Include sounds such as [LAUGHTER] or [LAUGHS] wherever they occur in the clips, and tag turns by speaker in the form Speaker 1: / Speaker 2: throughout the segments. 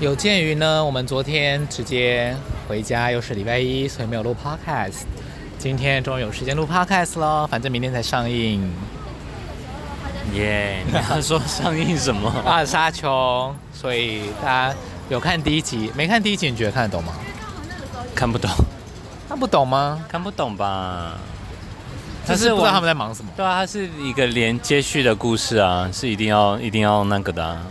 Speaker 1: 有鉴于呢，我们昨天直接回家，又是礼拜一，所以没有录 podcast。今天终于有时间录 podcast 了，反正明天才上映
Speaker 2: 耶、你要说上映什么？ [LAUGHS]
Speaker 1: 《阿沙丘》，所以大家有看第一集，没看第一集，你觉得看得懂吗？啊
Speaker 2: 看不懂，
Speaker 1: 看不懂吗？
Speaker 2: 看不懂吧？
Speaker 1: 但
Speaker 2: 但
Speaker 1: 是
Speaker 2: 是
Speaker 1: 不
Speaker 2: 我
Speaker 1: 知道他们在忙什么。
Speaker 2: 对啊，它是一个连接续的故事啊，是一定要一定要那个的、啊。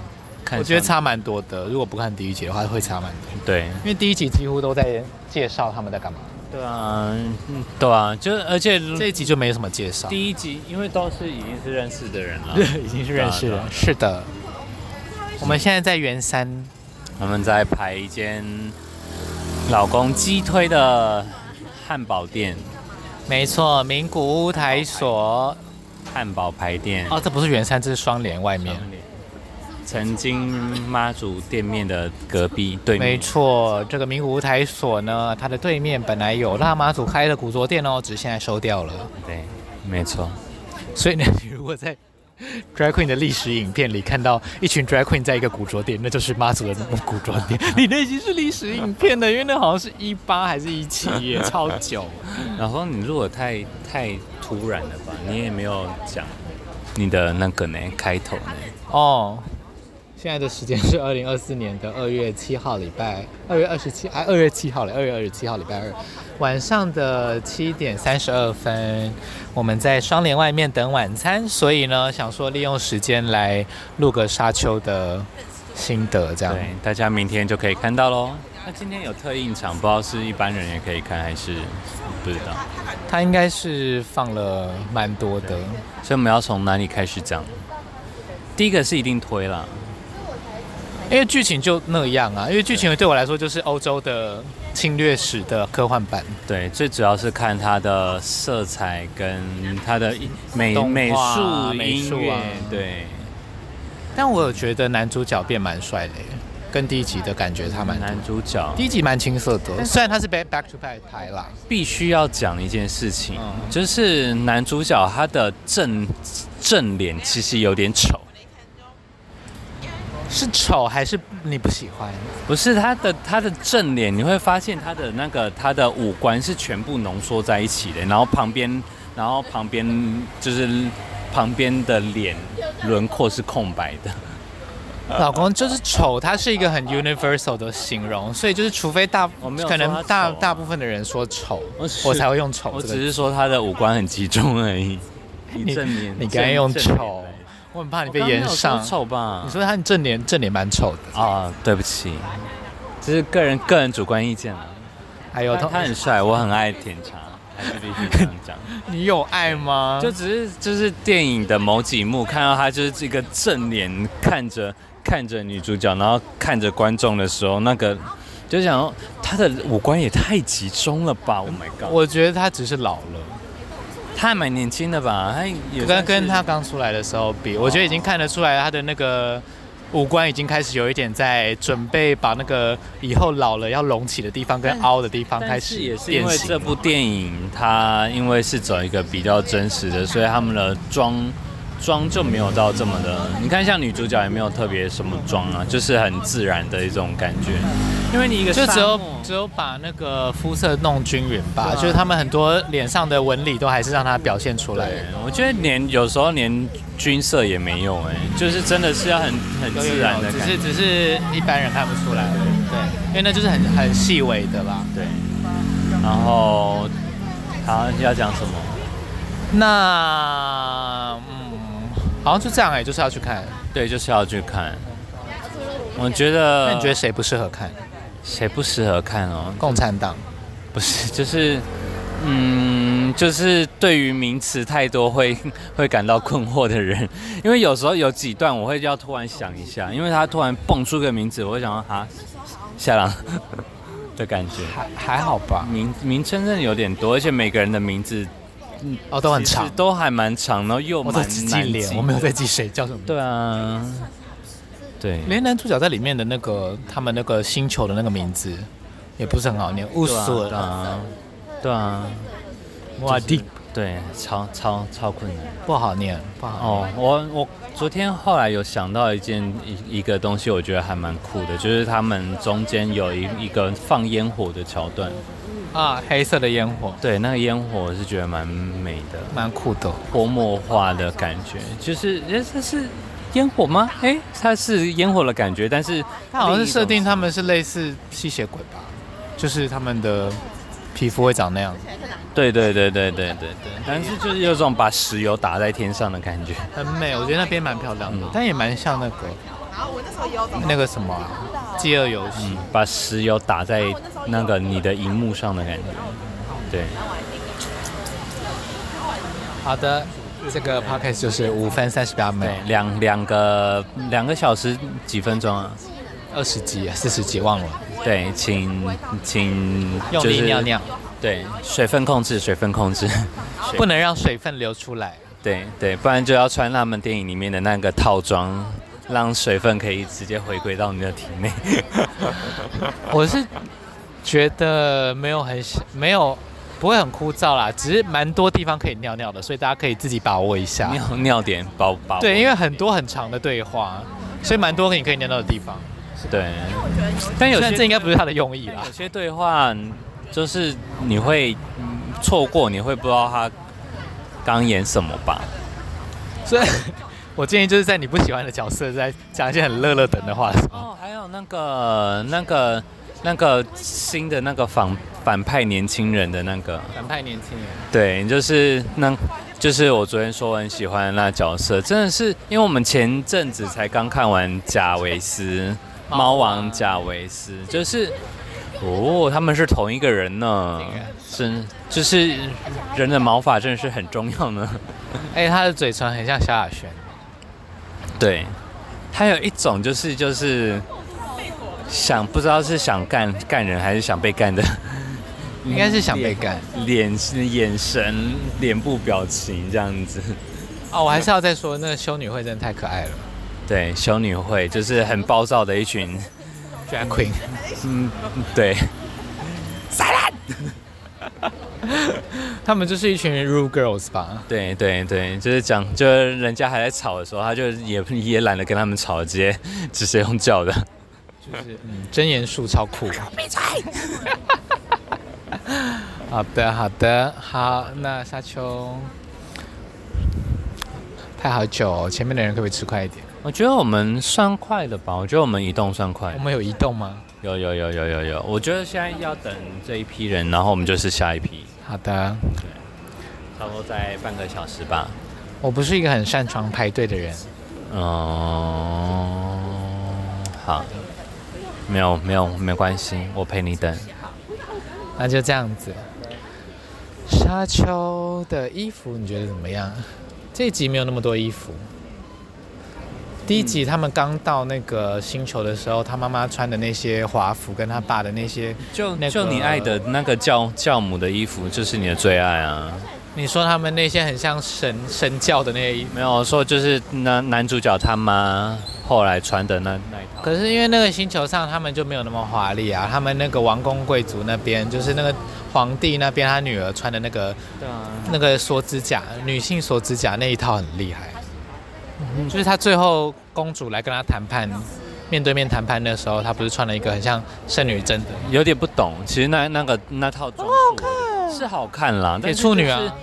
Speaker 2: 看
Speaker 1: 我觉得
Speaker 2: 上
Speaker 1: 差蛮多的，如果不看第一集的话，会差蛮多。
Speaker 2: 对
Speaker 1: 因为第一集几乎都在介绍他们在干嘛，
Speaker 2: 对啊，嗯对啊，就是而且
Speaker 1: 嗯这一集就没什么介绍。
Speaker 2: 第一集，因为都是已经是认识的人 [LAUGHS] 了，啊
Speaker 1: 已经是
Speaker 2: 认识了
Speaker 1: 是的。我们现在在圆山，
Speaker 2: 他们在排一间老公击推的汉堡店，
Speaker 1: 没错，名古屋台所。
Speaker 2: 汉堡排店。
Speaker 1: 哦，这不是圆山，这是双连外面。
Speaker 2: 曾经妈祖店面的隔壁对
Speaker 1: 没
Speaker 2: 面，
Speaker 1: 错，这个名古屋台所呢，它的对面本来有辣妈祖开的古着店哦，只是现在收掉了。
Speaker 2: 对，没错，
Speaker 1: 所以呢，你如果在 [LAUGHS] drag queen 的历史影片里看到一群 drag queen 在一个古着店，那就是妈祖的古着 [LAUGHS] 店。你那已经是历史影片了，因为那好像是一八还是一七 [LAUGHS] 耶，超久。
Speaker 2: 然后你如果太太突然了吧，你也没有讲你的那个呢开头呢，
Speaker 1: 哦，现在的时间是二零二四年的二月七号，礼拜二月二十七，哎，二月七号嘞，二月二十七号，礼拜二晚上的七点三十二分，我们在双联外面等晚餐，所以呢，想说利用时间来录个沙丘的心得，这样。
Speaker 2: 对，大家明天就可以看到喽。那今天有特映场，不知道是一般人也可以看还是不知道，
Speaker 1: 它应该是放了蛮多的，
Speaker 2: 所以我们要从哪里开始讲？第一个是一定推啦，
Speaker 1: 因为剧情就那样啊，因为剧情对我来说就是欧洲的侵略史的科幻版。
Speaker 2: 对，最主要是看它的色彩跟它的美
Speaker 1: 动画
Speaker 2: 美术、
Speaker 1: 美
Speaker 2: 音
Speaker 1: 术
Speaker 2: 乐，
Speaker 1: 啊
Speaker 2: 对，
Speaker 1: 但我有觉得男主角变蛮帅的耶，跟第一集的感觉差蛮多。
Speaker 2: 男主角
Speaker 1: 第一集蛮青涩
Speaker 2: 嗯
Speaker 1: 的，虽然他是 back back to back 拍啦，
Speaker 2: 必须要讲一件事情，
Speaker 1: 嗯
Speaker 2: 就是男主角他的正正脸其实有点丑，
Speaker 1: 是丑还是你不喜欢？
Speaker 2: 不是他的他的正脸，你会发现他的那个他的五官是全部浓缩在一起的，然后旁边然后旁边就是旁边的脸轮廓是空白的，嗯
Speaker 1: 老公就是丑，它是一个很 universal 的形容，所以就是除非大，
Speaker 2: 我没有
Speaker 1: 可
Speaker 2: 说他
Speaker 1: 能
Speaker 2: 丑
Speaker 1: 大
Speaker 2: 啊
Speaker 1: 大部分的人说丑
Speaker 2: 我，是
Speaker 1: 我才会用丑
Speaker 2: 我
Speaker 1: 哦这
Speaker 2: 只
Speaker 1: 个。
Speaker 2: 是说他的五官很集中而已。
Speaker 1: [LAUGHS] 你
Speaker 2: 你正脸，
Speaker 1: 你刚才用
Speaker 2: 正脸
Speaker 1: 丑，我很怕你
Speaker 2: 我
Speaker 1: 被
Speaker 2: 刚刚没
Speaker 1: 延
Speaker 2: 有说
Speaker 1: 上。
Speaker 2: 丑吧？
Speaker 1: 你说他正脸正脸蛮丑的，
Speaker 2: 啊，对不起，这是个人个人主观意见啊。
Speaker 1: 还有
Speaker 2: 他
Speaker 1: 同
Speaker 2: 他很帅，我很爱甜茶，还是必须这样
Speaker 1: [LAUGHS]
Speaker 2: 讲。
Speaker 1: 你有爱吗？
Speaker 2: 就只是就是电影的某几幕，看到他就是这个正脸看着看着女主角，然后看着观众的时候，那个就想说他的五官也太集中了吧！Oh my god，
Speaker 1: 我觉得他只是老了。
Speaker 2: 他还蛮年轻的吧？他也
Speaker 1: 跟
Speaker 2: 算
Speaker 1: 跟
Speaker 2: 是
Speaker 1: 他刚出来的时候比，我觉得已经看得出来他的那个五官已经开始有一点在准备把那个以后老了要隆起的地方跟
Speaker 2: 但
Speaker 1: 凹的地方开
Speaker 2: 但
Speaker 1: 始
Speaker 2: 是也是因
Speaker 1: 变
Speaker 2: 为
Speaker 1: 形
Speaker 2: 这。部电影，它因为是走一个比较真实的，所以他们的妆妆就没有到这么的。你看，像女主角也没有特别什么妆啊，就是很自然的一种感觉。因为你一个
Speaker 1: 就只
Speaker 2: 沙
Speaker 1: 有
Speaker 2: 漠
Speaker 1: 只有把那个肤色弄均匀吧，
Speaker 2: 对啊
Speaker 1: 就是他们很多脸上的纹理都还是让它表现出来
Speaker 2: 对。，我觉得连有时候连军色也没用哎、就是真的是要很很
Speaker 1: 有有
Speaker 2: 自然
Speaker 1: 有
Speaker 2: 的，
Speaker 1: 只
Speaker 2: 感
Speaker 1: 是
Speaker 2: 觉。
Speaker 1: 只是一般人看不出来，对，因为那就是很很细微的吧。
Speaker 2: 对，然后好要讲什么？
Speaker 1: 那嗯，好像就这样哎、就是要去看。
Speaker 2: 对，就是要去看。我觉得，
Speaker 1: 那你觉得谁不适合看？
Speaker 2: 谁不适合看哦？
Speaker 1: 共产党。
Speaker 2: 不是， [LAUGHS] 就是，嗯，就是对于名词太多会会感到困惑的人，因为有时候有几段我会要突然想一下，因为他突然蹦出个名字，我会想到啊，夏朗 [LAUGHS] 的感觉。
Speaker 1: 还还好吧，
Speaker 2: 名名称真的有点多，而且每个人的名字
Speaker 1: 哦，都很
Speaker 2: 其
Speaker 1: 长
Speaker 2: 实，都还蛮长，然后又
Speaker 1: 我
Speaker 2: 蛮
Speaker 1: 都
Speaker 2: 难
Speaker 1: 只
Speaker 2: 记
Speaker 1: 记脸，我没有在记谁叫什么。，
Speaker 2: 对啊，对，
Speaker 1: 连男主角在里面的那个他们那个星球的那个名字也不是很好念，乌
Speaker 2: 对啊
Speaker 1: 索
Speaker 2: 对啊，对啊，
Speaker 1: 瓦蒂，
Speaker 2: 对，超超超困难。
Speaker 1: 不好念，不好
Speaker 2: 哦，我我昨天后来有想到一件一一个东西，我觉得还蛮酷的，就是他们中间有一一个放烟火的桥段，
Speaker 1: 念啊！黑色的烟火，
Speaker 2: 对，那个烟火我是觉得蛮美的，
Speaker 1: 蛮酷的。哦
Speaker 2: 泼墨画的感觉，就是诶这是烟火吗？诶，它是烟火的感觉，但是
Speaker 1: 它好像是设定他们是类似吸血鬼吧，就是他们的皮肤会长那样子，
Speaker 2: 对对对对对对对，但是就是有种把石油打在天上的感觉。
Speaker 1: 很美。我觉得那边蛮漂亮的，
Speaker 2: 嗯
Speaker 1: 但也蛮像那个那个什么、啊《饥饿游戏》
Speaker 2: 把石油打在那个你的荧幕上的感觉。对，
Speaker 1: 好的，这个 podcast 就是五分三十八秒，
Speaker 2: 对，两两个两个小时几分钟啊？
Speaker 1: 二十集、四十集忘了，
Speaker 2: 对，请请
Speaker 1: 用
Speaker 2: 就
Speaker 1: 力
Speaker 2: 是
Speaker 1: 尿尿，
Speaker 2: 对，水分控制，水分控制。 [LAUGHS]
Speaker 1: 不能让水分流出来。
Speaker 2: 对对，不然就要穿他们电影里面的那个套装，让水分可以直接回归到你的体
Speaker 1: [LAUGHS]
Speaker 2: 内。
Speaker 1: 我是觉得没有很喜没有不会很枯燥啦，只是蛮多地方可以尿尿的，所以大家可以自己把握一下。
Speaker 2: 尿尿点包包。
Speaker 1: 对，因为很多很长的对话，所以蛮多你可以尿尿的地方。
Speaker 2: 对，但有
Speaker 1: 虽然
Speaker 2: 些
Speaker 1: 这应该不是他的用意啦
Speaker 2: 有。些对话就是你会嗯错过，你会不知道他刚演什么吧？
Speaker 1: 所以，我建议就是在你不喜欢的角色，在讲一些很乐乐等的话的时候，
Speaker 2: 哦，还有那个那个那个新的那个反反派年轻人的那个，
Speaker 1: 反派年轻人。
Speaker 2: 对，就是那。就是我昨天说我很喜欢的那角色，真的是因为我们前阵子才刚看完贾维斯《猫王贾维斯》，就是哦，他们是同一个人呢，真就是人的毛发真的是很重要呢。
Speaker 1: 哎、他的嘴唇很像萧亚轩，
Speaker 2: 对，还有一种就是就是想不知道是想干干人还是想被干的
Speaker 1: 应该是想被干。
Speaker 2: 脸眼神、脸部表情这样子。嗯
Speaker 1: 哦，我还是要再说，那个修女会真的太可爱了
Speaker 2: 对，修女会就是很暴躁的一群，
Speaker 1: ，Drag Queen。
Speaker 2: 对
Speaker 1: 他们就是一群 Rule Girls 吧？
Speaker 2: 对对对，就是讲，就是人家还在吵的时候，他就也也懒得跟他们吵，直接直接用叫的。
Speaker 1: 就是嗯，真言术超 [LAUGHS] 酷。闭嘴！好的，好的，好，那沙丘。拍好久、哦，前面的人可不可以吃快一点？
Speaker 2: 我觉得我们算快了吧？我觉得我们移动算快
Speaker 1: 我。们有移动吗？
Speaker 2: 有有有有有有，我觉得现在要等这一批人，然后我们就是下一批。
Speaker 1: 好的，
Speaker 2: 差不多在半个小时吧。
Speaker 1: 我不是一个很擅长排队的人。
Speaker 2: 嗯，好，没有没有没关系，我陪你等。
Speaker 1: 那就这样子。沙丘的衣服你觉得怎么样？这一集没有那么多衣服。第一集他们刚到那个星球的时候，他妈妈穿的那些华服，跟他爸的那些，
Speaker 2: 就
Speaker 1: 那个
Speaker 2: 就你爱的那个教教母的衣服，就是你的最爱啊。
Speaker 1: 你说他们那些很像神神教的那些衣服。
Speaker 2: 没有我说就是男男主角他妈后来穿的那那一套。
Speaker 1: 可是因为那个星球上他们就没有那么华丽啊，他们那个王公贵族那边，就是那个皇帝那边，他女儿穿的那个
Speaker 2: 对啊，
Speaker 1: 那个锁指甲，女性锁指甲那一套很厉害，就是她最后公主来跟她谈判，面对面谈判的时候，她不是穿了一个很像圣女贞的，
Speaker 2: 有点不懂。其实那那个那套装束是好看啦，但
Speaker 1: 给
Speaker 2: 是
Speaker 1: 处女
Speaker 2: 就是
Speaker 1: 啊。，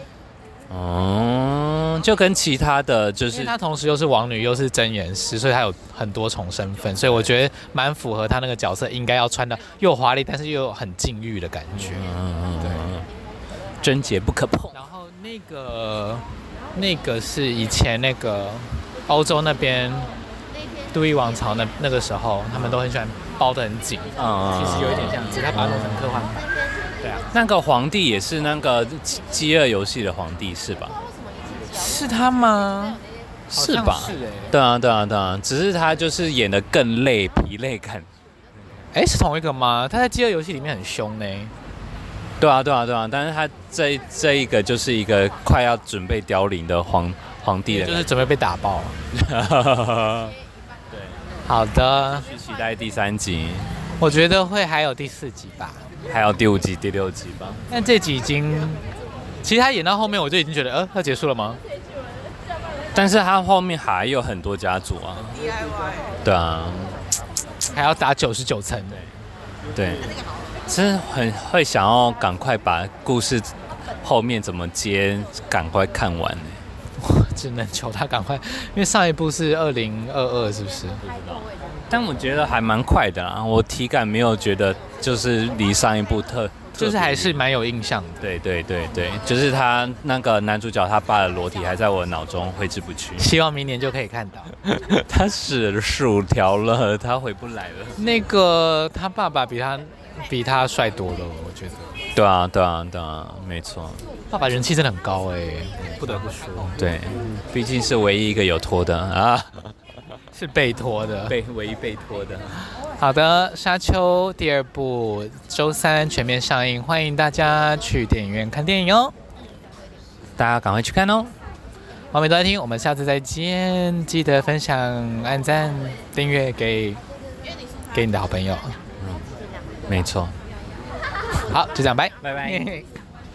Speaker 2: 哦，就跟其他的就
Speaker 1: 因
Speaker 2: 是
Speaker 1: 为她同时又是王女又是真言师，所以她有很多重身份，所以我觉得嗯蛮符合她那个角色应该要穿的又华丽，但是又很禁欲的感觉。
Speaker 2: 嗯，对，贞洁不可碰。
Speaker 1: 然后那个那个是以前那个欧洲那边都邑王朝那那个时候，他们都很喜欢包得很紧。
Speaker 2: 嗯，
Speaker 1: 其实有一点像，只是他把它弄成科幻版。对啊，
Speaker 2: 那个皇帝也是那个饥饥饿游戏的皇帝是吧？
Speaker 1: 是他吗？
Speaker 2: 是吧？
Speaker 1: 是欸
Speaker 2: 对啊，对啊，对啊，只是他就是演的更累，疲累感。
Speaker 1: 哎、是同一个吗？他在饥饿游戏里面很凶欸呢、
Speaker 2: 对啊，对啊，对啊，但是他这这一个就是一个快要准备凋零的皇皇帝的
Speaker 1: 就
Speaker 2: 感
Speaker 1: 是准备被打爆。
Speaker 2: 觉，
Speaker 1: 好的，
Speaker 2: [LAUGHS] 去期待第三集，
Speaker 1: 我觉得会还有第四集吧，
Speaker 2: 还有第五集、第六集吧。
Speaker 1: 但这集已经其实他演到后面，我就已经觉得，呃，要结束了吗？
Speaker 2: 但是他后面还有很多家族啊。对啊，
Speaker 1: 还要打九十九层，欸
Speaker 2: 对，真的很会想要赶快把故事后面怎么接赶快看完、欸。
Speaker 1: 只能求他赶快，因为上一部是二零二二，是不是？
Speaker 2: 但我觉得还蛮快的啊，我体感没有觉得就是离上一部特，
Speaker 1: 就是还是
Speaker 2: 特别
Speaker 1: 蛮有印象的。，
Speaker 2: 对对对对，就是他那个男主角他爸的裸体还在我脑中挥之不去 [LAUGHS]
Speaker 1: 希望明年就可以看到。
Speaker 2: 他死了薯条了，他回不来了。
Speaker 1: 那个他爸爸比他比他帅多了，我觉得
Speaker 2: 对啊对啊对啊，没错，
Speaker 1: 爸爸人气真的很高哎、不得不说
Speaker 2: 对，毕竟是唯一一个有拖的啊，
Speaker 1: 是被拖的。
Speaker 2: [LAUGHS] 被唯一被拖的。
Speaker 1: 好的，《沙丘》第二部周三全面上映，欢迎大家去电影院看电影哦。
Speaker 2: 大家赶快去看哦。
Speaker 1: 完美都在听，我们下次再见，记得分享、按赞、订阅给给你的好朋友。
Speaker 2: 没错。
Speaker 1: 好，就这样，拜
Speaker 2: 拜拜。